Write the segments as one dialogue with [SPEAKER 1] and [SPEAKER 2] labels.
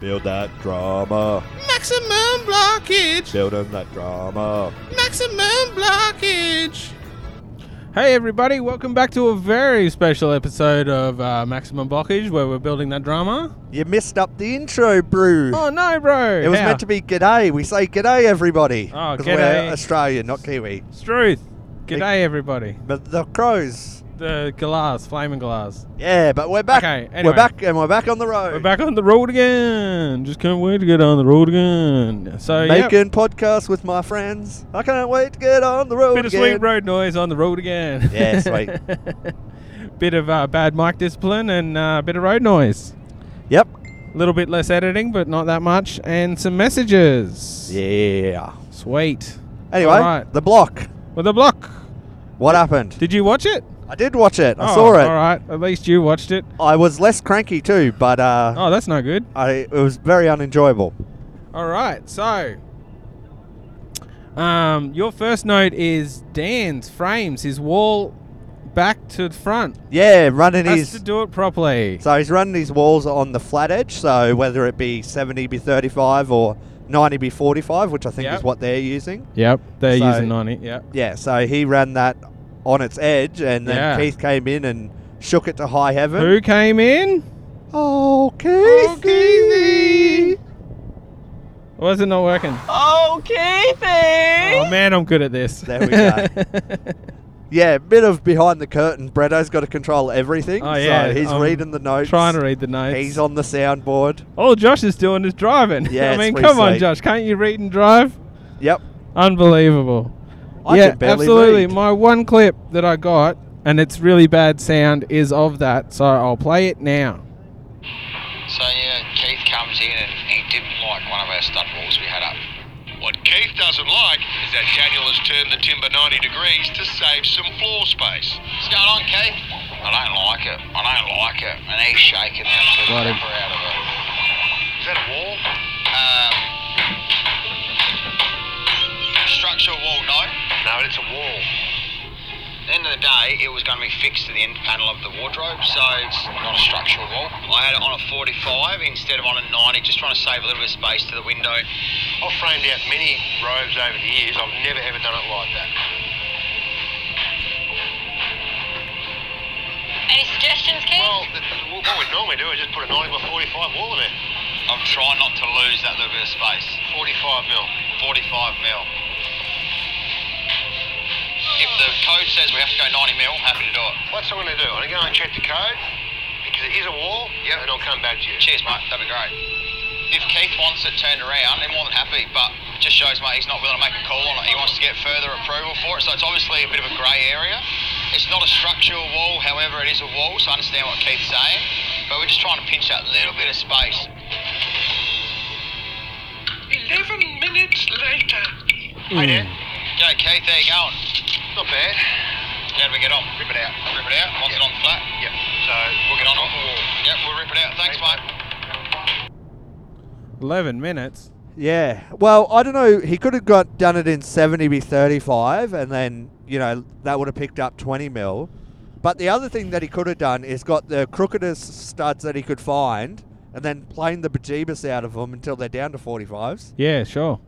[SPEAKER 1] Build that drama.
[SPEAKER 2] Maximum blockage.
[SPEAKER 1] Build 'em that drama.
[SPEAKER 2] Maximum blockage.
[SPEAKER 3] Hey everybody, welcome back to a very special episode of uh, Maximum Blockage where we're building that drama.
[SPEAKER 1] You missed up the intro, brew.
[SPEAKER 3] Oh no, bro!
[SPEAKER 1] it was meant to be g'day. We say g'day, everybody.
[SPEAKER 3] Oh,
[SPEAKER 1] 'Cause
[SPEAKER 3] g'day.
[SPEAKER 1] We're Australian, not Kiwi.
[SPEAKER 3] Struth. G'day everybody.
[SPEAKER 1] But the crows.
[SPEAKER 3] The glass, flaming glass.
[SPEAKER 1] Yeah, but we're back.
[SPEAKER 3] Okay,
[SPEAKER 1] We're
[SPEAKER 3] anyway.
[SPEAKER 1] back, and we're back on the road.
[SPEAKER 3] We're back on the road again. Just can't wait to get on the road again. So yeah,
[SPEAKER 1] Making podcasts with my friends. I can't wait to get on the road.
[SPEAKER 3] bit of
[SPEAKER 1] again.
[SPEAKER 3] sweet road noise on the road again.
[SPEAKER 1] Yeah, sweet.
[SPEAKER 3] bit of uh, bad mic discipline and a uh, bit of road noise.
[SPEAKER 1] Yep.
[SPEAKER 3] A little bit less editing, but not that much, and some messages.
[SPEAKER 1] Yeah.
[SPEAKER 3] Sweet.
[SPEAKER 1] Anyway,
[SPEAKER 3] Alright.
[SPEAKER 1] the block.
[SPEAKER 3] With a block.
[SPEAKER 1] What happened?
[SPEAKER 3] Did you watch it?
[SPEAKER 1] I did watch it. I
[SPEAKER 3] Oh,
[SPEAKER 1] saw it.
[SPEAKER 3] All right. At least you watched it.
[SPEAKER 1] I was less cranky too, but uh,
[SPEAKER 3] Oh, that's no good.
[SPEAKER 1] I, it was very unenjoyable.
[SPEAKER 3] All right. So, um, your first note is Dan's frames his wall back to the front.
[SPEAKER 1] Yeah, running
[SPEAKER 3] Has
[SPEAKER 1] his
[SPEAKER 3] to do it properly.
[SPEAKER 1] so he's running his walls on the flat edge. So whether it be seventy b thirty five or ninety b forty five, which I think
[SPEAKER 3] Yep.
[SPEAKER 1] is what they're using.
[SPEAKER 3] Yep. They're
[SPEAKER 1] So-
[SPEAKER 3] using 90. Yep.
[SPEAKER 1] Yeah, so he ran that on its edge, and then
[SPEAKER 3] Yeah.
[SPEAKER 1] Keith came in and shook it to high heaven.
[SPEAKER 3] Who came in?
[SPEAKER 1] Oh, Keith!
[SPEAKER 3] Oh, Keithy! Why is it not working?
[SPEAKER 2] Oh, Keithy.
[SPEAKER 3] Oh man, I'm good at this.
[SPEAKER 1] There we go. Yeah, bit of behind the curtain. Bretto's got to control everything.
[SPEAKER 3] Oh, yeah,
[SPEAKER 1] so he's
[SPEAKER 3] I'm
[SPEAKER 1] reading the notes.
[SPEAKER 3] Trying to read the notes.
[SPEAKER 1] He's on the soundboard.
[SPEAKER 3] All Josh is doing is driving.
[SPEAKER 1] Yeah,
[SPEAKER 3] I
[SPEAKER 1] it's
[SPEAKER 3] mean,
[SPEAKER 1] pretty
[SPEAKER 3] come on,
[SPEAKER 1] sweet.
[SPEAKER 3] Josh, can't you read and drive?
[SPEAKER 1] Yep.
[SPEAKER 3] Unbelievable.
[SPEAKER 1] I
[SPEAKER 3] yeah,
[SPEAKER 1] can barely
[SPEAKER 3] absolutely.
[SPEAKER 1] read.
[SPEAKER 3] My one clip that I got, and it's really bad sound, is of that, so I'll play it now.
[SPEAKER 4] So yeah, Keith comes in and he didn't like one of our stud walls we had up. What Keith doesn't like is that Daniel has turned the timber 90 degrees to save some floor space. What's going on, Keith? I don't like it. I don't like it. And he's shaking that tooth
[SPEAKER 3] Got him.
[SPEAKER 4] pepper out of it. Is that a wall? Um, structural wall, no. No, it's a wall. At the end of the day, it was going to be fixed to the end panel of the wardrobe, so it's not a structural wall. I had it on a 45 instead of on a 90, just trying to save a little bit of space to the window. I've framed out many robes over the years. I've never ever done it like that.
[SPEAKER 5] Any suggestions, Keith?
[SPEAKER 4] Well, the, what we normally do is just put a 90 by 45 wall in there. I'm trying not to lose that little bit of space. 45 mil. 45 mil. If the code says we have to go 90 mil, I'm happy to do it. What's I going to do? I'm going to go and check the code because it is a wall. Yeah. And I'll come back to you. Cheers, mate. That'd be great. If Keith wants it turned around, then more than happy. But it just shows, mate, he's not willing to make a call on it. He wants to get further approval for it. So it's obviously a bit of a grey area. It's not a structural wall, however, it is a wall. So I understand what Keith's saying. But we're just trying to pinch that little bit of space.
[SPEAKER 6] 11 minutes later.
[SPEAKER 4] Hey, Dan. G'day, Keith. How you going? Not bad. How do we get on? Rip it out. Rip it out. Once it on flat? Yep. So we'll get on off the wall. Yep, we'll rip it out. Thanks, mate.
[SPEAKER 3] 11 minutes.
[SPEAKER 1] Yeah. Well, I don't know. He could have got done it in seventy b thirty five, and then you know that would have picked up twenty mil. But the other thing that he could have done is got the crookedest studs that he could find, and then plane the bejeebus out of them until they're down to forty fives.
[SPEAKER 3] Yeah, sure.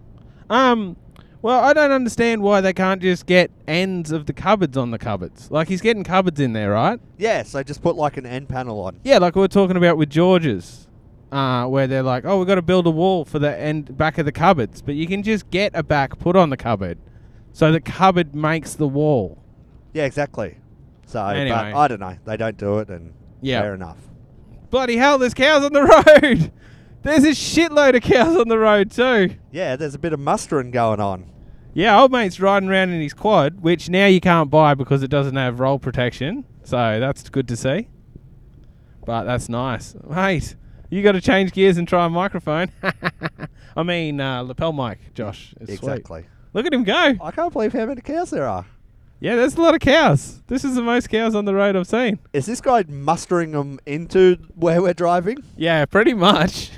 [SPEAKER 3] Um, well, I don't understand why they can't just get ends of the cupboards on the cupboards. Like, he's getting cupboards in there, right?
[SPEAKER 1] Yeah. So just put like an end panel on.
[SPEAKER 3] Yeah, like we were talking about with George's, uh, where they're like, "Oh, we've got to build a wall for the end back of the cupboards," but you can just get a back put on the cupboard, so the cupboard makes the wall.
[SPEAKER 1] Yeah. Exactly. So,
[SPEAKER 3] Anyway.
[SPEAKER 1] but I don't know. They don't do it, and
[SPEAKER 3] Yeah.
[SPEAKER 1] fair enough.
[SPEAKER 3] Bloody hell! There's cows on the road. there's a shitload of cows on the road too.
[SPEAKER 1] Yeah. There's a bit of mustering going on.
[SPEAKER 3] Yeah, old mate's riding around in his quad, which now you can't buy because it doesn't have roll protection. So that's good to see. But that's nice, mate. You got to change gears and try a microphone. I mean, uh, lapel mic, Josh. It's sweet.
[SPEAKER 1] exactly.
[SPEAKER 3] Look at him go.
[SPEAKER 1] I can't believe how many cows there are.
[SPEAKER 3] Yeah, there's a lot of cows. This is the most cows on the road I've seen.
[SPEAKER 1] Is this guy mustering them into where we're driving?
[SPEAKER 3] Yeah, pretty much.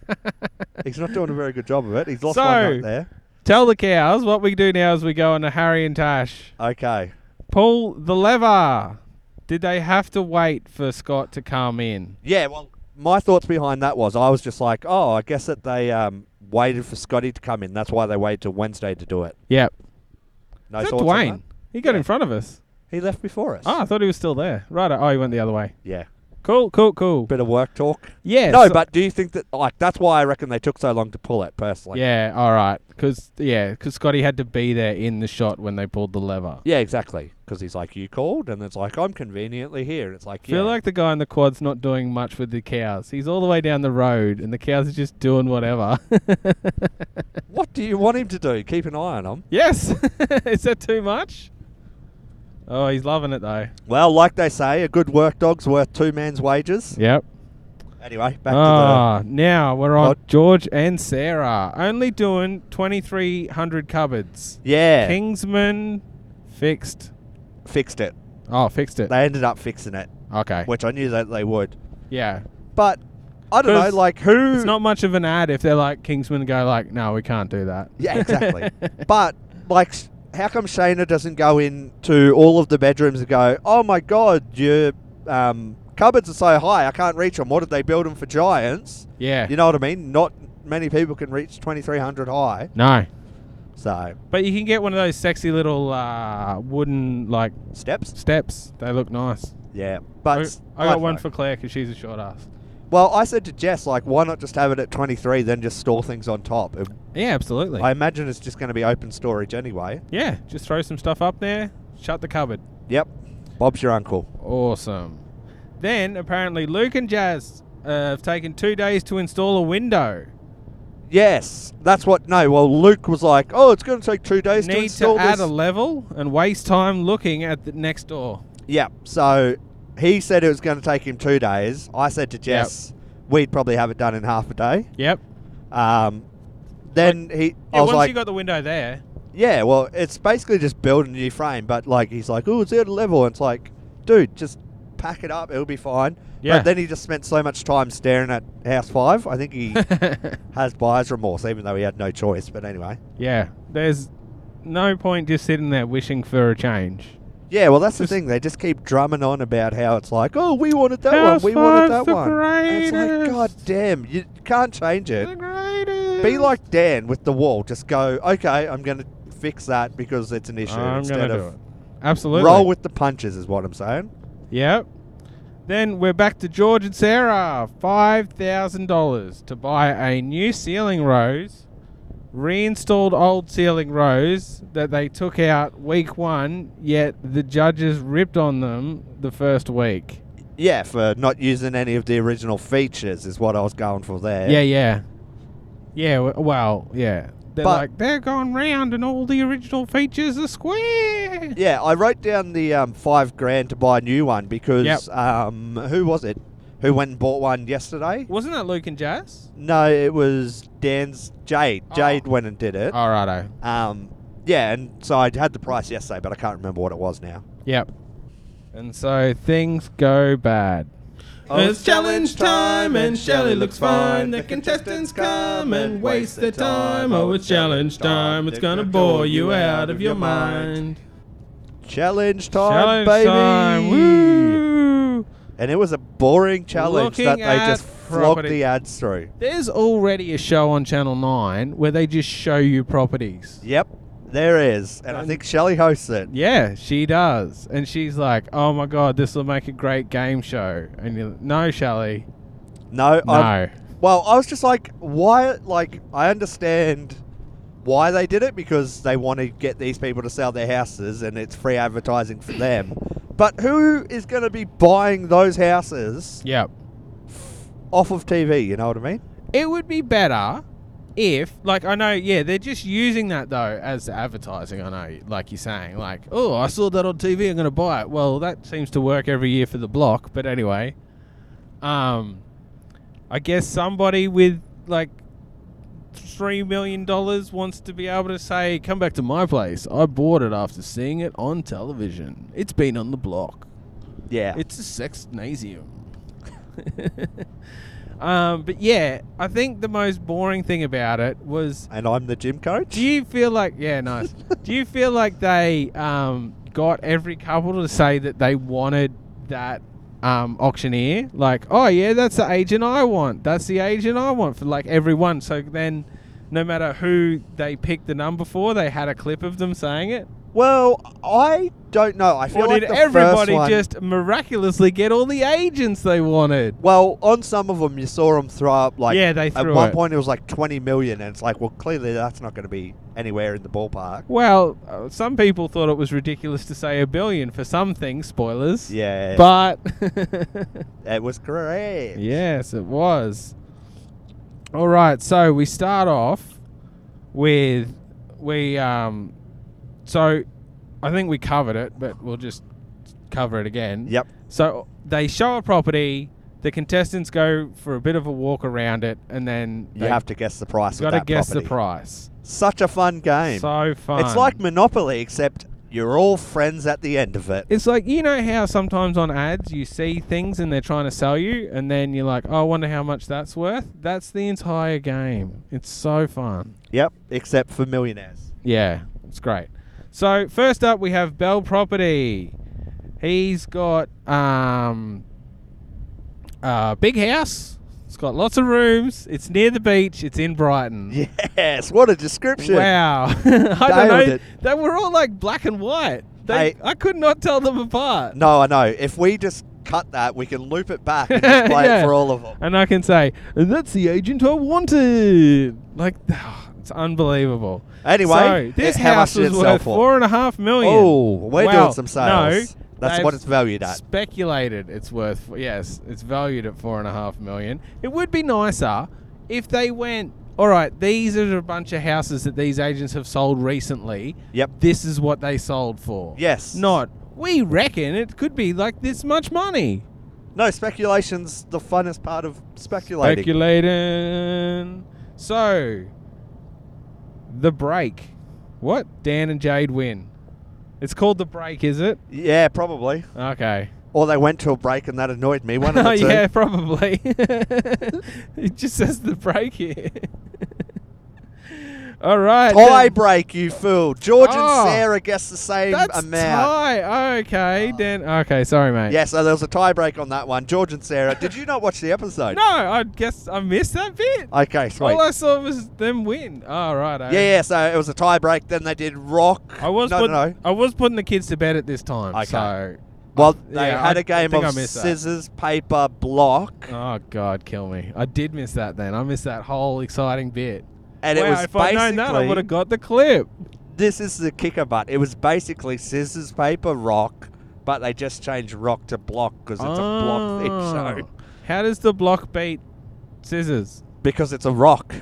[SPEAKER 1] He's not doing a very good job of it. He's lost
[SPEAKER 3] So-
[SPEAKER 1] one up there.
[SPEAKER 3] Tell the cows what we do now is we go on a Harry and Tash.
[SPEAKER 1] Okay.
[SPEAKER 3] Pull the lever. Did they have to wait for Scott to come in?
[SPEAKER 1] Yeah, well, my thoughts behind that was I was just like, oh, I guess that they um, waited for Scotty to come in. That's why they waited till Wednesday to do it.
[SPEAKER 3] Yep.
[SPEAKER 1] No
[SPEAKER 3] Is that
[SPEAKER 1] thoughts on
[SPEAKER 3] Dwayne?
[SPEAKER 1] that?
[SPEAKER 3] He got in front of us.
[SPEAKER 1] He left before us.
[SPEAKER 3] Oh, I thought he was still there. Right. Oh, he went the other way.
[SPEAKER 1] Yeah.
[SPEAKER 3] Cool, cool, cool.
[SPEAKER 1] Bit of work talk.
[SPEAKER 3] yeah.
[SPEAKER 1] no,
[SPEAKER 3] so-
[SPEAKER 1] but do you think that like that's why I reckon they took so long to pull it personally?
[SPEAKER 3] yeah, all right. Because yeah, because Scotty had to be there in the shot when they pulled the lever.
[SPEAKER 1] Yeah, exactly. Because he's like, you called, and it's like I'm conveniently here. And it's like, yeah,
[SPEAKER 3] Feel like the guy in the quad's not doing much with the cows. He's all the way down the road, and the cows are just doing whatever.
[SPEAKER 1] what do you want him to do? Keep an eye on him.
[SPEAKER 3] yes, is that too much? Oh, he's loving it though.
[SPEAKER 1] Well, like they say, a good work dog's worth two men's wages.
[SPEAKER 3] Yep.
[SPEAKER 1] Anyway, back
[SPEAKER 3] Ah, now we're on
[SPEAKER 1] Pod.
[SPEAKER 3] George and Sarah. Only doing twenty three hundred cupboards.
[SPEAKER 1] to the yeah,
[SPEAKER 3] Kingsman fixed.
[SPEAKER 1] fixed it.
[SPEAKER 3] Oh, fixed it.
[SPEAKER 1] They ended up fixing it,
[SPEAKER 3] Okay.
[SPEAKER 1] which I knew that they would.
[SPEAKER 3] Yeah.
[SPEAKER 1] But I don't know,
[SPEAKER 3] 'Cause
[SPEAKER 1] like who?
[SPEAKER 3] It's not much of an ad if they're like Kingsman go like, no, we can't do that.
[SPEAKER 1] Yeah, exactly. but like, s- how come Shayna doesn't go into all of the bedrooms and go, "Oh my God, your um, cupboards are so high, I can't reach them. What did they build them for giants?
[SPEAKER 3] yeah.
[SPEAKER 1] You know what I mean? Not many people can reach 2,300 high.
[SPEAKER 3] no.
[SPEAKER 1] So
[SPEAKER 3] But you can get one of those sexy little uh, wooden like
[SPEAKER 1] steps.
[SPEAKER 3] steps. They look nice.
[SPEAKER 1] Yeah,
[SPEAKER 3] I,
[SPEAKER 1] but
[SPEAKER 3] I
[SPEAKER 1] s-
[SPEAKER 3] got
[SPEAKER 1] don't
[SPEAKER 3] one
[SPEAKER 1] know.
[SPEAKER 3] for Claire because she's a short ass.
[SPEAKER 1] Well, I said to Jess, like, why not just have it at 23, then just store things on top? It-
[SPEAKER 3] Yeah, absolutely.
[SPEAKER 1] I imagine it's just going to be open storage anyway.
[SPEAKER 3] yeah, just throw some stuff up there. Shut the cupboard.
[SPEAKER 1] Yep, Bob's your uncle.
[SPEAKER 3] Awesome. Then apparently Luke and Jazz uh, have taken two days to install a window.
[SPEAKER 1] Yes, that's what. No, well, Luke was like, "Oh, it's going to take two days to
[SPEAKER 3] Need to
[SPEAKER 1] install
[SPEAKER 3] add
[SPEAKER 1] this."
[SPEAKER 3] a level and waste time looking at the next door.
[SPEAKER 1] Yeah. So he said it was going to take him two days. I said to Jess, we'd probably have it done in half a day.
[SPEAKER 3] Yep.
[SPEAKER 1] Um, then he,
[SPEAKER 3] Yeah,
[SPEAKER 1] I was
[SPEAKER 3] once
[SPEAKER 1] like,
[SPEAKER 3] you got the window there,
[SPEAKER 1] yeah, well, it's basically just build a new frame. But like, he's like, oh, it's at a level. And it's like, dude, just pack it up. It'll be fine.
[SPEAKER 3] Yeah.
[SPEAKER 1] But then he just spent so much time staring at House Five. I think he has buyer's remorse, even though he had no choice. But anyway.
[SPEAKER 3] yeah, there's no point just sitting there wishing for a change.
[SPEAKER 1] Yeah, well, that's
[SPEAKER 3] Just-
[SPEAKER 1] the thing. They just keep drumming on about how it's like, oh, we wanted that
[SPEAKER 3] House
[SPEAKER 1] one, we wanted that
[SPEAKER 3] Five's the
[SPEAKER 1] one. And It's like,
[SPEAKER 3] greatest.
[SPEAKER 1] god damn, you can't change it. Be like Dan with the wall. Just go, okay, I'm going to fix that because it's an issue.
[SPEAKER 3] I'm
[SPEAKER 1] instead
[SPEAKER 3] gonna do
[SPEAKER 1] of
[SPEAKER 3] it. Absolutely.
[SPEAKER 1] roll with the punches, is what I'm saying.
[SPEAKER 3] Yep. Then we're back to George and Sarah. Five thousand dollars to buy a new ceiling rose, reinstalled old ceiling rose that they took out week one. Yet the judges ripped on them the first week.
[SPEAKER 1] Yeah, for not using any of the original features is what I was going for there.
[SPEAKER 3] Yeah, yeah. Yeah, w- well, yeah. They're
[SPEAKER 1] But-
[SPEAKER 3] like, they're gone round and all the original features are square.
[SPEAKER 1] Yeah, I wrote down the um, five grand to buy a new one because
[SPEAKER 3] Yep.
[SPEAKER 1] um, who was it? Who went and bought one yesterday?
[SPEAKER 3] Wasn't that Luke and Jazz?
[SPEAKER 1] No, it was Dan's Jade.
[SPEAKER 3] Oh.
[SPEAKER 1] Jade went and did it.
[SPEAKER 3] Alrighto.
[SPEAKER 1] Um, yeah, and so I had the price yesterday, but I can't remember what it was now.
[SPEAKER 3] Yep. And so things go bad.
[SPEAKER 1] Oh, It's challenge time and Shelley looks fine. The contestants come and waste their time. Oh, it's challenge time. It's gonna bore you out of your mind. Challenge time,
[SPEAKER 3] Challenge
[SPEAKER 1] baby!
[SPEAKER 3] time. Woo!
[SPEAKER 1] And it was a boring challenge
[SPEAKER 3] Looking
[SPEAKER 1] that they
[SPEAKER 3] at
[SPEAKER 1] just flogged
[SPEAKER 3] property.
[SPEAKER 1] the ads through.
[SPEAKER 3] There's already a show on Channel 9 where they just show you properties.
[SPEAKER 1] Yep, there is, and I
[SPEAKER 3] And-
[SPEAKER 1] think Shelley hosts it.
[SPEAKER 3] Yeah, she does. And she's like, oh my God, this will make a great game show. And you're like, no, Shelley.
[SPEAKER 1] No, I,
[SPEAKER 3] No.
[SPEAKER 1] Well, I was just like, why? Like, I understand why they did it because they want to get these people to sell their houses and it's free advertising for them. But who is going to be buying those houses
[SPEAKER 3] Yep.
[SPEAKER 1] off of TV? You know what I mean?
[SPEAKER 3] It would be better if, like, I know, yeah, they're just using that though as advertising. I know, like you're saying, like, oh, I saw that on TV, I'm going to buy it. Well, that seems to work every year for the block. But anyway, um, I guess somebody with like three million dollars wants to be able to say, "Come back to my place. I bought it after seeing it on television. It's been on the block."
[SPEAKER 1] Yeah.
[SPEAKER 3] It's a sexnasium. um, but yeah, I think the most boring thing about it was
[SPEAKER 1] and I'm the gym coach.
[SPEAKER 3] do you feel like yeah, nice. do you feel like they um, got every couple to say that they wanted that um, auctioneer, like, oh yeah, that's the agent I want. That's the agent I want for like everyone. So then, no matter who they picked the number for, they had a clip of them saying it.
[SPEAKER 1] Well, I don't know. I feel
[SPEAKER 3] Or
[SPEAKER 1] like
[SPEAKER 3] did
[SPEAKER 1] the
[SPEAKER 3] everybody
[SPEAKER 1] first one,
[SPEAKER 3] just miraculously get all the agents they wanted?
[SPEAKER 1] Well, on some of them, you saw them throw up like.
[SPEAKER 3] Yeah, they
[SPEAKER 1] At
[SPEAKER 3] threw
[SPEAKER 1] one
[SPEAKER 3] it.
[SPEAKER 1] point, it was like 20 million, and it's like, well, clearly that's not going to be anywhere in the ballpark.
[SPEAKER 3] Well, uh, some people thought it was ridiculous to say a billion for some things. Spoilers.
[SPEAKER 1] Yeah,
[SPEAKER 3] But
[SPEAKER 1] it was correct.
[SPEAKER 3] yes, it was. All right, so we start off with we um so I think we covered it, but we'll just cover it again.
[SPEAKER 1] Yep.
[SPEAKER 3] So they show a property, the contestants go for a bit of a walk around it and then
[SPEAKER 1] You
[SPEAKER 3] they
[SPEAKER 1] have to guess the price.
[SPEAKER 3] got to
[SPEAKER 1] to
[SPEAKER 3] guess the price.
[SPEAKER 1] Such a fun game.
[SPEAKER 3] So fun.
[SPEAKER 1] It's like Monopoly, except you're all friends at the end of it.
[SPEAKER 3] It's like you know how sometimes on ads you see things and they're trying to sell you, and then you're like, "Oh, I wonder how much that's worth." That's the entire game. It's so fun.
[SPEAKER 1] Yep, except for millionaires.
[SPEAKER 3] Yeah, it's great. So first up, we have Bell Property. He's got um, a big house. It's got lots of rooms. It's near the beach. It's in Brighton.
[SPEAKER 1] Yes, what a description.
[SPEAKER 3] Wow. I don't
[SPEAKER 1] Nailed
[SPEAKER 3] know.
[SPEAKER 1] it.
[SPEAKER 3] They were all like black and white. They,
[SPEAKER 1] Hey.
[SPEAKER 3] I could not tell them apart.
[SPEAKER 1] No, I know. If we just cut that, we can loop it back and just play
[SPEAKER 3] Yeah.
[SPEAKER 1] it for all of them.
[SPEAKER 3] and I can say, "And that's the agent I wanted. Like, it's unbelievable.
[SPEAKER 1] Anyway,
[SPEAKER 3] so this
[SPEAKER 1] eh, how
[SPEAKER 3] house
[SPEAKER 1] much did
[SPEAKER 3] was
[SPEAKER 1] it sell
[SPEAKER 3] worth
[SPEAKER 1] for?
[SPEAKER 3] four and a half million.
[SPEAKER 1] Oh, we're
[SPEAKER 3] Well,
[SPEAKER 1] doing some sales.
[SPEAKER 3] No,
[SPEAKER 1] That's
[SPEAKER 3] they've
[SPEAKER 1] what it's valued at.
[SPEAKER 3] Speculated, it's worth. Yes, it's valued at four and a half million. It would be nicer if they went. All right, these are a bunch of houses that these agents have sold recently.
[SPEAKER 1] Yep.
[SPEAKER 3] This is what they sold for.
[SPEAKER 1] Yes.
[SPEAKER 3] Not. We reckon it could be like this much money.
[SPEAKER 1] No, speculation's the funnest part of speculating.
[SPEAKER 3] Speculating. So, the break. What? Dan and Jade win. It's called the break, is it?
[SPEAKER 1] yeah, probably.
[SPEAKER 3] Okay.
[SPEAKER 1] Or they went to a break and that annoyed me. One of the two.
[SPEAKER 3] yeah, probably. it just says the break here. All right.
[SPEAKER 1] Tie
[SPEAKER 3] then.
[SPEAKER 1] break, you fool. George
[SPEAKER 3] Oh,
[SPEAKER 1] and Sarah guessed the same
[SPEAKER 3] That's
[SPEAKER 1] amount.
[SPEAKER 3] tie. Okay, Dan. Okay, sorry, mate.
[SPEAKER 1] Oh. Yeah, so uh, there was a tie break on that one. George and Sarah. Did you not watch the episode?
[SPEAKER 3] No, I guess I missed that bit.
[SPEAKER 1] Okay, Oh, sweet.
[SPEAKER 3] All I saw was them win. All right. oh, right.
[SPEAKER 1] yeah, yeah, so it was a tie break. Then they did rock.
[SPEAKER 3] I was
[SPEAKER 1] no,
[SPEAKER 3] putting,
[SPEAKER 1] no, no.
[SPEAKER 3] I was putting the kids to bed at this time.
[SPEAKER 1] Okay.
[SPEAKER 3] So,
[SPEAKER 1] Well, they
[SPEAKER 3] yeah,
[SPEAKER 1] had
[SPEAKER 3] I-
[SPEAKER 1] a game
[SPEAKER 3] I think
[SPEAKER 1] of
[SPEAKER 3] I missed that.
[SPEAKER 1] scissors, paper, block,
[SPEAKER 3] oh god, kill me. I did miss that. Then I missed that whole exciting bit.
[SPEAKER 1] and
[SPEAKER 3] wow,
[SPEAKER 1] it was
[SPEAKER 3] if
[SPEAKER 1] basically
[SPEAKER 3] I'd known that, I would have got the clip.
[SPEAKER 1] this is the kicker butt. It was basically scissors, paper, rock, but they just changed rock to block because it's a block
[SPEAKER 3] Oh.
[SPEAKER 1] thing. So
[SPEAKER 3] How does the block beat scissors?
[SPEAKER 1] because it's a rock,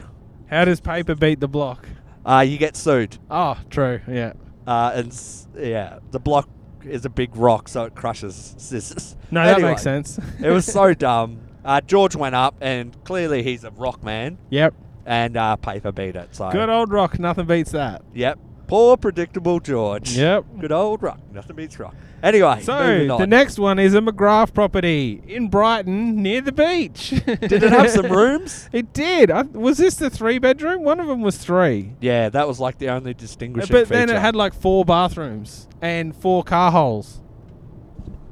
[SPEAKER 3] How does paper beat the block?
[SPEAKER 1] uh, you get sued.
[SPEAKER 3] Oh, true. Yeah.
[SPEAKER 1] Uh, and s- yeah, the block is a big rock, so it crushes scissors.
[SPEAKER 3] No, that
[SPEAKER 1] Anyway,
[SPEAKER 3] makes sense.
[SPEAKER 1] it was so dumb. Uh, George went up, and clearly he's a rock man,
[SPEAKER 3] yep.
[SPEAKER 1] and uh, paper beat it. So
[SPEAKER 3] Good old rock. Nothing beats that.
[SPEAKER 1] Yep. Poor predictable George.
[SPEAKER 3] Yep.
[SPEAKER 1] Good old rock. Nothing beats rock. Anyway, moving
[SPEAKER 3] So
[SPEAKER 1] on.
[SPEAKER 3] the next one is a McGrath property in Brighton near the beach.
[SPEAKER 1] Did it have some rooms?
[SPEAKER 3] It did. I, was this the three bedroom? One of them was three.
[SPEAKER 1] Yeah, that was like the only distinguishing
[SPEAKER 3] Uh, but
[SPEAKER 1] feature.
[SPEAKER 3] then it had like four bathrooms and four car holes.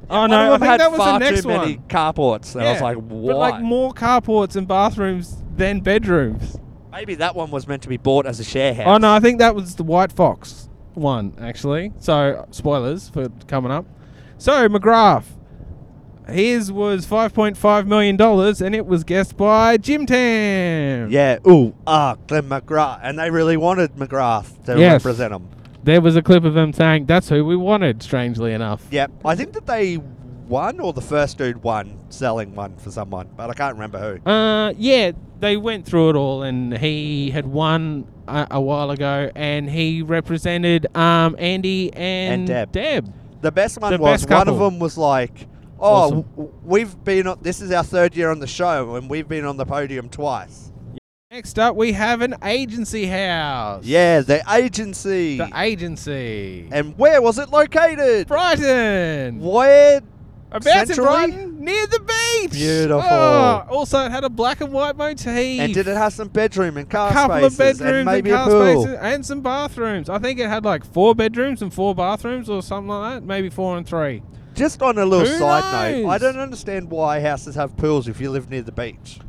[SPEAKER 3] Oh
[SPEAKER 1] One
[SPEAKER 3] no, I
[SPEAKER 1] of them
[SPEAKER 3] think
[SPEAKER 1] had
[SPEAKER 3] that was
[SPEAKER 1] far
[SPEAKER 3] the next
[SPEAKER 1] too
[SPEAKER 3] one.
[SPEAKER 1] many carports, and I was
[SPEAKER 3] Yeah,
[SPEAKER 1] like,
[SPEAKER 3] But
[SPEAKER 1] why?
[SPEAKER 3] like more carports and bathrooms than bedrooms.
[SPEAKER 1] Maybe that one was meant to be bought as a share house.
[SPEAKER 3] Oh no, I think that was the White Fox one actually. So spoilers for coming up. So McGrath, his was five point five million dollars, and it was guessed by Jim Tam.
[SPEAKER 1] Yeah. Ooh. Ah, Glenn McGrath, and they really wanted McGrath to
[SPEAKER 3] Yes.
[SPEAKER 1] represent them.
[SPEAKER 3] There was a clip of him saying, "That's who we wanted." Strangely enough.
[SPEAKER 1] Yep. I think that they won, or the first dude won, selling one for someone, but I can't remember who.
[SPEAKER 3] Uh, yeah, they went through it all, and he had won a, a while ago, and he represented um Andy and,
[SPEAKER 1] Deb. The best one
[SPEAKER 3] The
[SPEAKER 1] was
[SPEAKER 3] best
[SPEAKER 1] one of
[SPEAKER 3] couple.
[SPEAKER 1] them was like, "Oh,
[SPEAKER 3] Awesome.
[SPEAKER 1] w- we've been on. This is our third year on the show, and we've been on the podium twice."
[SPEAKER 3] Next up, we have an agency house.
[SPEAKER 1] Yeah, the agency.
[SPEAKER 3] the agency.
[SPEAKER 1] and where was it located?
[SPEAKER 3] Brighton.
[SPEAKER 1] Where?
[SPEAKER 3] About to
[SPEAKER 1] Centrally?
[SPEAKER 3] Brighton, near the beach.
[SPEAKER 1] Beautiful.
[SPEAKER 3] Oh, also, it had a black and white motif.
[SPEAKER 1] And did it have some bedroom and car
[SPEAKER 3] couple
[SPEAKER 1] spaces
[SPEAKER 3] of bedrooms
[SPEAKER 1] and maybe
[SPEAKER 3] car
[SPEAKER 1] a pool?
[SPEAKER 3] spaces and some bathrooms. I think it had like four bedrooms and four bathrooms or something like that. Maybe four and three.
[SPEAKER 1] Just on a little
[SPEAKER 3] Who
[SPEAKER 1] side note, I
[SPEAKER 3] knows?
[SPEAKER 1] don't understand why houses have pools if you live near the beach.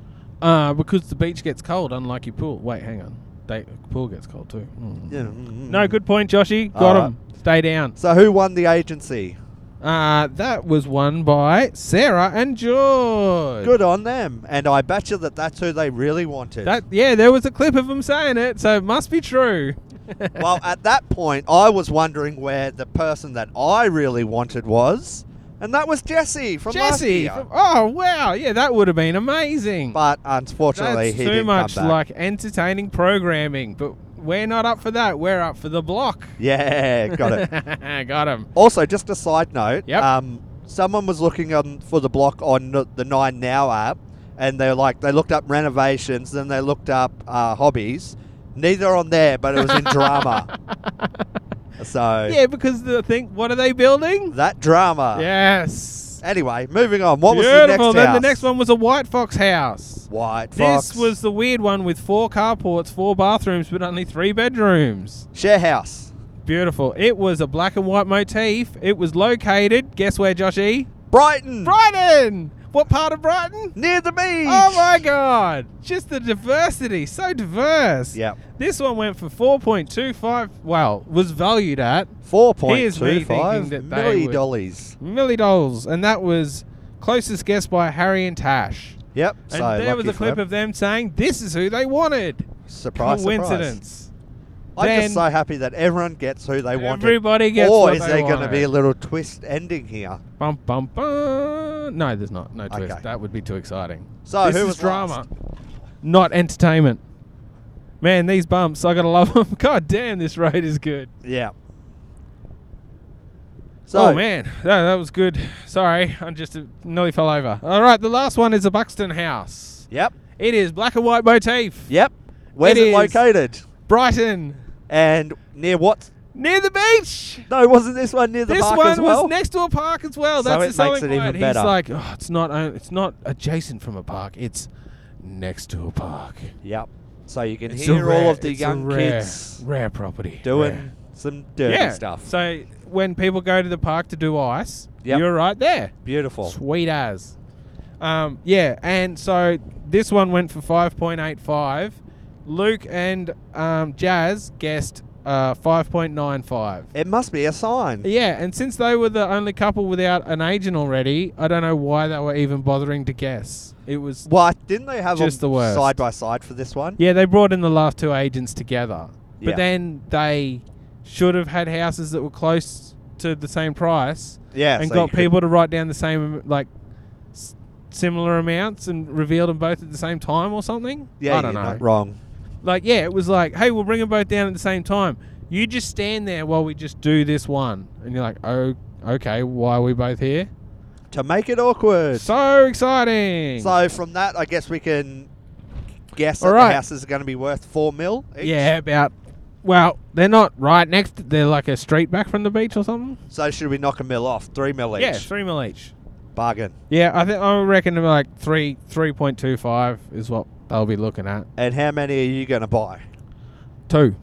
[SPEAKER 3] Uh, because the beach gets cold, unlike your pool. Wait, hang on. They, pool gets cold too. Mm.
[SPEAKER 1] Yeah, mm,
[SPEAKER 3] No,
[SPEAKER 1] mm.
[SPEAKER 3] good point, Joshy. Got
[SPEAKER 1] Alright.
[SPEAKER 3] him. Stay down.
[SPEAKER 1] So who won the agency?
[SPEAKER 3] Uh, that was won by Sarah and George.
[SPEAKER 1] Good on them. And I bet you that that's who they really wanted.
[SPEAKER 3] That yeah, there was a clip of him saying it, so it must be true.
[SPEAKER 1] well, at that point, I was wondering where the person that I really wanted was, and that was Jesse from last
[SPEAKER 3] Jesse.
[SPEAKER 1] year.
[SPEAKER 3] from- oh wow, yeah, that would have been amazing.
[SPEAKER 1] But unfortunately,
[SPEAKER 3] That's
[SPEAKER 1] he
[SPEAKER 3] too
[SPEAKER 1] didn't
[SPEAKER 3] much
[SPEAKER 1] come back.
[SPEAKER 3] like entertaining programming, but we're not up for that. We're up for the block.
[SPEAKER 1] Yeah, got it.
[SPEAKER 3] Got him.
[SPEAKER 1] Also, just a side note.
[SPEAKER 3] Yep.
[SPEAKER 1] Um, someone was looking um, for the block on the- the Nine Now app, and they're like they looked up renovations, then they looked up uh, hobbies. Neither on there, but it was in drama. So
[SPEAKER 3] Yeah, because the thing. What are they building?
[SPEAKER 1] that drama.
[SPEAKER 3] Yes.
[SPEAKER 1] Anyway, moving on. What was
[SPEAKER 3] Beautiful.
[SPEAKER 1] the next
[SPEAKER 3] then the
[SPEAKER 1] house?
[SPEAKER 3] next one was a white fox house.
[SPEAKER 1] White Fox.
[SPEAKER 3] This was the weird one with four carports, four bathrooms, but only three bedrooms.
[SPEAKER 1] share house.
[SPEAKER 3] Beautiful. It was a black and white motif. It was located, guess where, Joshy?
[SPEAKER 1] Brighton.
[SPEAKER 3] Brighton! What part of Brighton?
[SPEAKER 1] Near the beach.
[SPEAKER 3] Oh my god! Just the diversity, so diverse.
[SPEAKER 1] Yep.
[SPEAKER 3] This one went for 4.25, well, was valued at
[SPEAKER 1] Four point
[SPEAKER 3] Here's me
[SPEAKER 1] two
[SPEAKER 3] thinking
[SPEAKER 1] five
[SPEAKER 3] that they
[SPEAKER 1] million
[SPEAKER 3] would-
[SPEAKER 1] dollars.
[SPEAKER 3] milli dollars, and that was closest guess by Harry and Tash.
[SPEAKER 1] Yep.
[SPEAKER 3] And
[SPEAKER 1] so
[SPEAKER 3] there was
[SPEAKER 1] lucky for
[SPEAKER 3] a clip
[SPEAKER 1] them.
[SPEAKER 3] of them saying, this is who they wanted.
[SPEAKER 1] surprise surprise.
[SPEAKER 3] Coincidence.
[SPEAKER 1] I'm
[SPEAKER 3] Then-
[SPEAKER 1] just so happy that everyone gets who they wanted.
[SPEAKER 3] Everybody gets
[SPEAKER 1] Or
[SPEAKER 3] what
[SPEAKER 1] is
[SPEAKER 3] they
[SPEAKER 1] there going to be
[SPEAKER 3] wanted.
[SPEAKER 1] a little twist ending here?
[SPEAKER 3] Bum bum bum. No, there's not. No twist.
[SPEAKER 1] Okay.
[SPEAKER 3] That would be too exciting.
[SPEAKER 1] So
[SPEAKER 3] this
[SPEAKER 1] who
[SPEAKER 3] is
[SPEAKER 1] was
[SPEAKER 3] drama,
[SPEAKER 1] last?
[SPEAKER 3] not entertainment. Man, these bumps, I gotta love them. God damn, this road is good.
[SPEAKER 1] Yeah. So
[SPEAKER 3] oh man, that, that was good. Sorry, I just uh, nearly fell over. All right, the last one is the Buxton House.
[SPEAKER 1] Yep.
[SPEAKER 3] It is black and white motif.
[SPEAKER 1] Yep. Where's
[SPEAKER 3] It
[SPEAKER 1] it,
[SPEAKER 3] is-
[SPEAKER 1] located?
[SPEAKER 3] Brighton,
[SPEAKER 1] And near what?
[SPEAKER 3] near the beach.
[SPEAKER 1] No, wasn't this one near the
[SPEAKER 3] this
[SPEAKER 1] park
[SPEAKER 3] one
[SPEAKER 1] as well?
[SPEAKER 3] was next to a park as well.
[SPEAKER 1] So
[SPEAKER 3] That's
[SPEAKER 1] it
[SPEAKER 3] the selling
[SPEAKER 1] makes it
[SPEAKER 3] point.
[SPEAKER 1] even
[SPEAKER 3] He's
[SPEAKER 1] better.
[SPEAKER 3] like, oh, it's not, uh, it's not adjacent from a park. It's next to a park.
[SPEAKER 1] Yep. So you can
[SPEAKER 3] It's a
[SPEAKER 1] hear all
[SPEAKER 3] rare-
[SPEAKER 1] of the
[SPEAKER 3] it's a
[SPEAKER 1] young
[SPEAKER 3] rare-
[SPEAKER 1] kids
[SPEAKER 3] rare property
[SPEAKER 1] doing
[SPEAKER 3] Rare.
[SPEAKER 1] some dirty
[SPEAKER 3] yeah.
[SPEAKER 1] stuff.
[SPEAKER 3] So when people go to the park to do ice,
[SPEAKER 1] Yep.
[SPEAKER 3] you're right there.
[SPEAKER 1] Beautiful.
[SPEAKER 3] Sweet as. Um, yeah, and so this one went for five point eight five. Luke and um, Jazz guessed uh, five point nine five.
[SPEAKER 1] It must be a sign.
[SPEAKER 3] Yeah, and since they were the only couple without an agent already, I don't know why they were even bothering to guess. It was
[SPEAKER 1] What? Didn't they have
[SPEAKER 3] Just the
[SPEAKER 1] them
[SPEAKER 3] worst.
[SPEAKER 1] side by side for this one?
[SPEAKER 3] Yeah, they brought in the last two agents together. But
[SPEAKER 1] Yeah.
[SPEAKER 3] then they should have had houses that were close to the same price
[SPEAKER 1] Yeah.
[SPEAKER 3] and
[SPEAKER 1] so you
[SPEAKER 3] got
[SPEAKER 1] could-
[SPEAKER 3] people to write down the same, like, s- similar amounts and revealed them both at the same time or something.
[SPEAKER 1] Yeah,
[SPEAKER 3] I don't
[SPEAKER 1] you're
[SPEAKER 3] know.
[SPEAKER 1] not wrong.
[SPEAKER 3] Like, yeah, it was like, hey, we'll bring them both down at the same time. You just stand there while we just do this one. And you're like, oh, okay, why are we both here?
[SPEAKER 1] To make it awkward.
[SPEAKER 3] So exciting.
[SPEAKER 1] So from that, I guess we can guess
[SPEAKER 3] All
[SPEAKER 1] that
[SPEAKER 3] right.
[SPEAKER 1] the house is going to be worth four mil. Each.
[SPEAKER 3] Yeah, about. Well, they're not right next. They're like a street back from the beach or something.
[SPEAKER 1] So should we knock a mil off? Three mil each.
[SPEAKER 3] Yeah, three mil each.
[SPEAKER 1] Bargain.
[SPEAKER 3] Yeah, I think I reckon they're like three three point two five is what they'll be looking at.
[SPEAKER 1] And how many are you going to buy?
[SPEAKER 3] Two.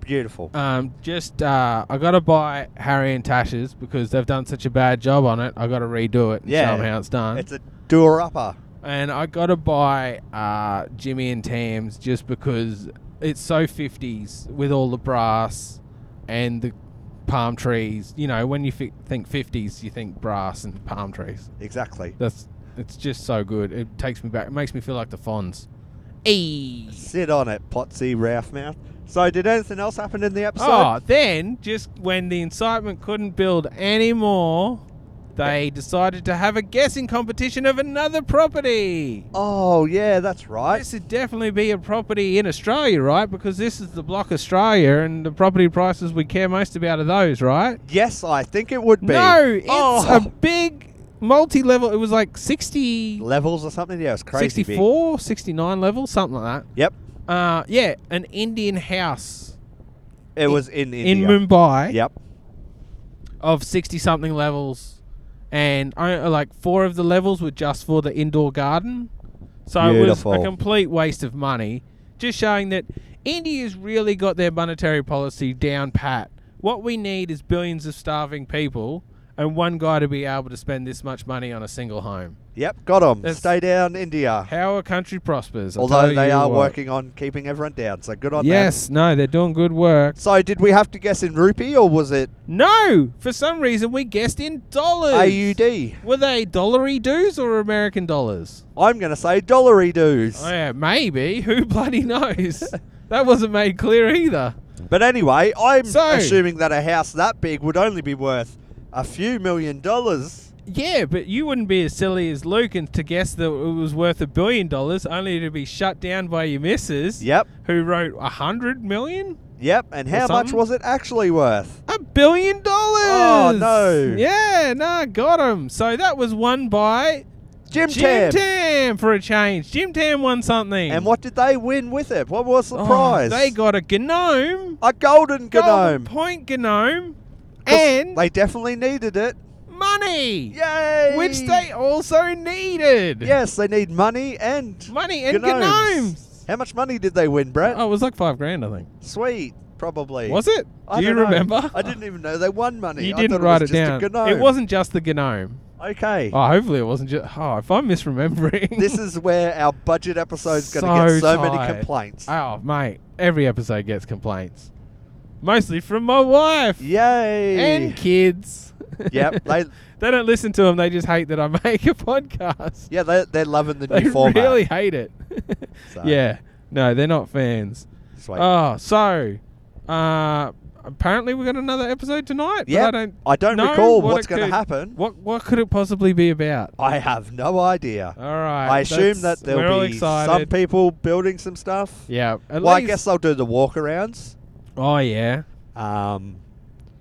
[SPEAKER 1] Beautiful.
[SPEAKER 3] Um, just uh, I gotta buy Harry and Tash's because they've done such a bad job on it. I gotta redo it. And
[SPEAKER 1] Yeah.
[SPEAKER 3] show 'em how it's done.
[SPEAKER 1] it's a doer upper.
[SPEAKER 3] and I gotta buy uh, Jimmy and Tam's just because it's so fifties with all the brass and the palm trees. You know, when you fi- think fifties, you think brass and palm trees.
[SPEAKER 1] Exactly.
[SPEAKER 3] That's it's just so good. It takes me back. It makes me feel like the Fonz.
[SPEAKER 1] Sit on it, Potsy Ralphmouth. So did anything else happen in the episode?
[SPEAKER 3] Oh, then just when the incitement couldn't build any more, they decided to have a guessing competition of another property.
[SPEAKER 1] Oh, yeah, that's right.
[SPEAKER 3] This would definitely be a property in Australia, right? Because this is the block Australia, and the property prices we care most about are those, right?
[SPEAKER 1] Yes, I think it would be.
[SPEAKER 3] No, it's um,
[SPEAKER 1] Oh.
[SPEAKER 3] a big multi-level. It was like 60,
[SPEAKER 1] levels or something. Yeah, it's crazy. big.
[SPEAKER 3] 64, 69 level, something like
[SPEAKER 1] Yep.
[SPEAKER 3] that. Uh, yeah, an Indian house
[SPEAKER 1] It was in India.
[SPEAKER 3] in Mumbai.
[SPEAKER 1] Yep.
[SPEAKER 3] of 60 something levels and o- like four of the levels were just for the indoor garden so it was
[SPEAKER 1] Beautiful.
[SPEAKER 3] a complete waste of money just showing that india's really got their monetary policy down pat what we need is billions of starving people and one guy to be able to spend this much money on a single home.
[SPEAKER 1] Yep, got them.
[SPEAKER 3] That's-
[SPEAKER 1] Stay down, India.
[SPEAKER 3] How a country prospers. I'll
[SPEAKER 1] Although
[SPEAKER 3] tell
[SPEAKER 1] they
[SPEAKER 3] you
[SPEAKER 1] are
[SPEAKER 3] what.
[SPEAKER 1] working on keeping everyone down, so good on them.
[SPEAKER 3] Yes, no, they're doing good work.
[SPEAKER 1] So did we have to guess in rupee or was it
[SPEAKER 3] No, for some reason we guessed in dollars.
[SPEAKER 1] AUD?
[SPEAKER 3] Were they dollary dues or American dollars?
[SPEAKER 1] I'm going to say dollary dues.
[SPEAKER 3] Oh, yeah, maybe. Who bloody knows? that wasn't made clear either.
[SPEAKER 1] But anyway, I'm
[SPEAKER 3] So-
[SPEAKER 1] assuming that a house that big would only be worth a few million dollars.
[SPEAKER 3] Yeah, but you wouldn't be as silly as Luke and to guess that it was worth a billion dollars, only to be shut down by your missus.
[SPEAKER 1] Yep,
[SPEAKER 3] Who wrote a hundred million?
[SPEAKER 1] yep. And how much
[SPEAKER 3] something?
[SPEAKER 1] was it actually worth?
[SPEAKER 3] A billion dollars!
[SPEAKER 1] Oh, no.
[SPEAKER 3] Yeah, nah, got him. So that was won by
[SPEAKER 1] Jim, Tam.
[SPEAKER 3] Jim Tam for a change. Jim Tam won something.
[SPEAKER 1] And what did they win with it? What was the
[SPEAKER 3] Oh,
[SPEAKER 1] prize?
[SPEAKER 3] They got a gnome.
[SPEAKER 1] a golden
[SPEAKER 3] Golden
[SPEAKER 1] gnome.
[SPEAKER 3] Point gnome.
[SPEAKER 1] 'Cause
[SPEAKER 3] And
[SPEAKER 1] they definitely needed it.
[SPEAKER 3] money.
[SPEAKER 1] Yay!
[SPEAKER 3] Which they also needed.
[SPEAKER 1] Yes, they need money and
[SPEAKER 3] Money and
[SPEAKER 1] gnomes.
[SPEAKER 3] gnomes.
[SPEAKER 1] How much money did they win, Brett?
[SPEAKER 3] Oh, it was like five grand, I think.
[SPEAKER 1] Sweet, probably.
[SPEAKER 3] Was it?
[SPEAKER 1] I
[SPEAKER 3] Do you
[SPEAKER 1] don't know.
[SPEAKER 3] remember?
[SPEAKER 1] I didn't even know they won money.
[SPEAKER 3] You
[SPEAKER 1] I
[SPEAKER 3] didn't
[SPEAKER 1] thought
[SPEAKER 3] write
[SPEAKER 1] it, was
[SPEAKER 3] it down.
[SPEAKER 1] Just a gnome.
[SPEAKER 3] It wasn't just the gnome.
[SPEAKER 1] Okay.
[SPEAKER 3] Oh, hopefully it wasn't just. Oh, if I'm misremembering.
[SPEAKER 1] This is where our budget episode's going to
[SPEAKER 3] So
[SPEAKER 1] get so many
[SPEAKER 3] tired.
[SPEAKER 1] complaints.
[SPEAKER 3] Oh, mate. Every episode gets complaints. Mostly from my wife
[SPEAKER 1] Yay!
[SPEAKER 3] and kids.
[SPEAKER 1] Yep, they-
[SPEAKER 3] they don't listen to them. They just hate that I make a podcast.
[SPEAKER 1] yeah, they, they're loving the
[SPEAKER 3] They
[SPEAKER 1] new format.
[SPEAKER 3] really hate it.
[SPEAKER 1] So-
[SPEAKER 3] Yeah. No, they're not fans.
[SPEAKER 1] Sweet.
[SPEAKER 3] Oh, so uh, apparently we got another episode tonight. but
[SPEAKER 1] Yep.
[SPEAKER 3] I don't.
[SPEAKER 1] I don't
[SPEAKER 3] know
[SPEAKER 1] recall
[SPEAKER 3] what
[SPEAKER 1] what's
[SPEAKER 3] it
[SPEAKER 1] gonna
[SPEAKER 3] could-
[SPEAKER 1] happen.
[SPEAKER 3] What What could it possibly be about?
[SPEAKER 1] I have no idea.
[SPEAKER 3] All right.
[SPEAKER 1] I assume
[SPEAKER 3] that's-
[SPEAKER 1] that
[SPEAKER 3] we're all
[SPEAKER 1] there'll be
[SPEAKER 3] excited.
[SPEAKER 1] some people building some stuff.
[SPEAKER 3] Yeah. At
[SPEAKER 1] well, I
[SPEAKER 3] least,
[SPEAKER 1] guess they'll do the walkarounds.
[SPEAKER 3] Oh yeah.
[SPEAKER 1] Um,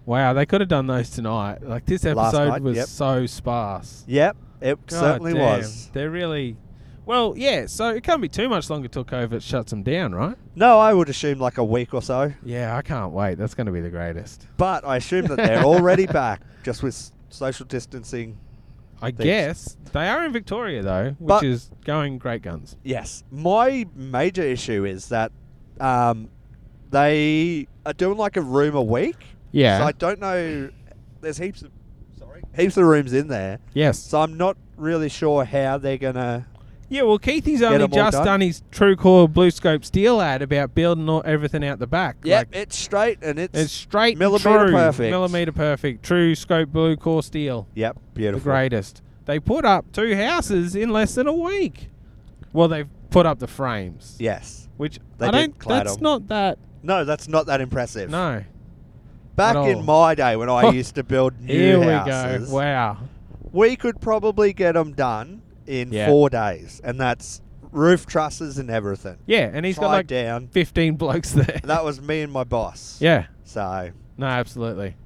[SPEAKER 3] Wow, they could have done those tonight. Like this
[SPEAKER 1] Last
[SPEAKER 3] episode
[SPEAKER 1] night,
[SPEAKER 3] was
[SPEAKER 1] yep.
[SPEAKER 3] so sparse.
[SPEAKER 1] yep, it
[SPEAKER 3] God
[SPEAKER 1] certainly
[SPEAKER 3] damn,
[SPEAKER 1] was.
[SPEAKER 3] They're really. Well, yeah. So it can't be too much longer till COVID shuts them down, right?
[SPEAKER 1] No, I would assume like a week or so.
[SPEAKER 3] Yeah, I can't wait. That's going to be the greatest.
[SPEAKER 1] But I assume that they're already back, just with s- social distancing.
[SPEAKER 3] I
[SPEAKER 1] Thanks.
[SPEAKER 3] guess they are in Victoria though, which
[SPEAKER 1] But-
[SPEAKER 3] is going great guns.
[SPEAKER 1] Yes, my major issue is that um, they are doing like a room a week.
[SPEAKER 3] Yeah.
[SPEAKER 1] So I don't know. There's heaps of sorry, heaps of rooms in there.
[SPEAKER 3] yes.
[SPEAKER 1] So I'm not really sure how they're gonna.
[SPEAKER 3] yeah. Well, Keithy's
[SPEAKER 1] Get
[SPEAKER 3] only
[SPEAKER 1] 'em all
[SPEAKER 3] just
[SPEAKER 1] done.
[SPEAKER 3] done. his True Core Blue Scope Steel ad about building all, everything out the back.
[SPEAKER 1] Yep,
[SPEAKER 3] Like,
[SPEAKER 1] it's straight and it's
[SPEAKER 3] it's straight and
[SPEAKER 1] millimeter
[SPEAKER 3] true,
[SPEAKER 1] perfect.
[SPEAKER 3] millimeter perfect, true scope blue core steel,
[SPEAKER 1] Yep, beautiful.
[SPEAKER 3] the greatest. They put up two houses in less than a week. Well, they've put up the frames.
[SPEAKER 1] Yes.
[SPEAKER 3] Which
[SPEAKER 1] They
[SPEAKER 3] I
[SPEAKER 1] did
[SPEAKER 3] don't.
[SPEAKER 1] clad
[SPEAKER 3] That's
[SPEAKER 1] 'em.
[SPEAKER 3] not that.
[SPEAKER 1] No, that's not that impressive.
[SPEAKER 3] No.
[SPEAKER 1] Back
[SPEAKER 3] at
[SPEAKER 1] in
[SPEAKER 3] all.
[SPEAKER 1] my day when I used to build new
[SPEAKER 3] Here
[SPEAKER 1] houses,
[SPEAKER 3] we go. Wow.
[SPEAKER 1] we could probably get them done in
[SPEAKER 3] Yeah.
[SPEAKER 1] four days, and that's roof trusses and everything.
[SPEAKER 3] Yeah, and he's got
[SPEAKER 1] Tied
[SPEAKER 3] like
[SPEAKER 1] down.
[SPEAKER 3] fifteen blokes there.
[SPEAKER 1] That was me and my boss.
[SPEAKER 3] yeah.
[SPEAKER 1] So
[SPEAKER 3] No, absolutely.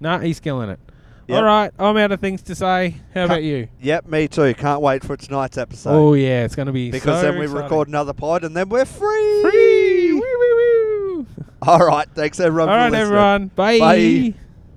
[SPEAKER 3] No, he's killing it.
[SPEAKER 1] Yep.
[SPEAKER 3] All right, I'm out of things to say. How
[SPEAKER 1] Ca-
[SPEAKER 3] about you?
[SPEAKER 1] Yep, me too. Can't wait for tonight's episode.
[SPEAKER 3] oh yeah, it's going to be
[SPEAKER 1] because
[SPEAKER 3] so
[SPEAKER 1] then we
[SPEAKER 3] exciting.
[SPEAKER 1] record another pod and then we're free.
[SPEAKER 3] Free! Woo, woo, woo.
[SPEAKER 1] All right, thanks everyone
[SPEAKER 3] All
[SPEAKER 1] for
[SPEAKER 3] right,
[SPEAKER 1] listening. Bye.
[SPEAKER 3] everyone.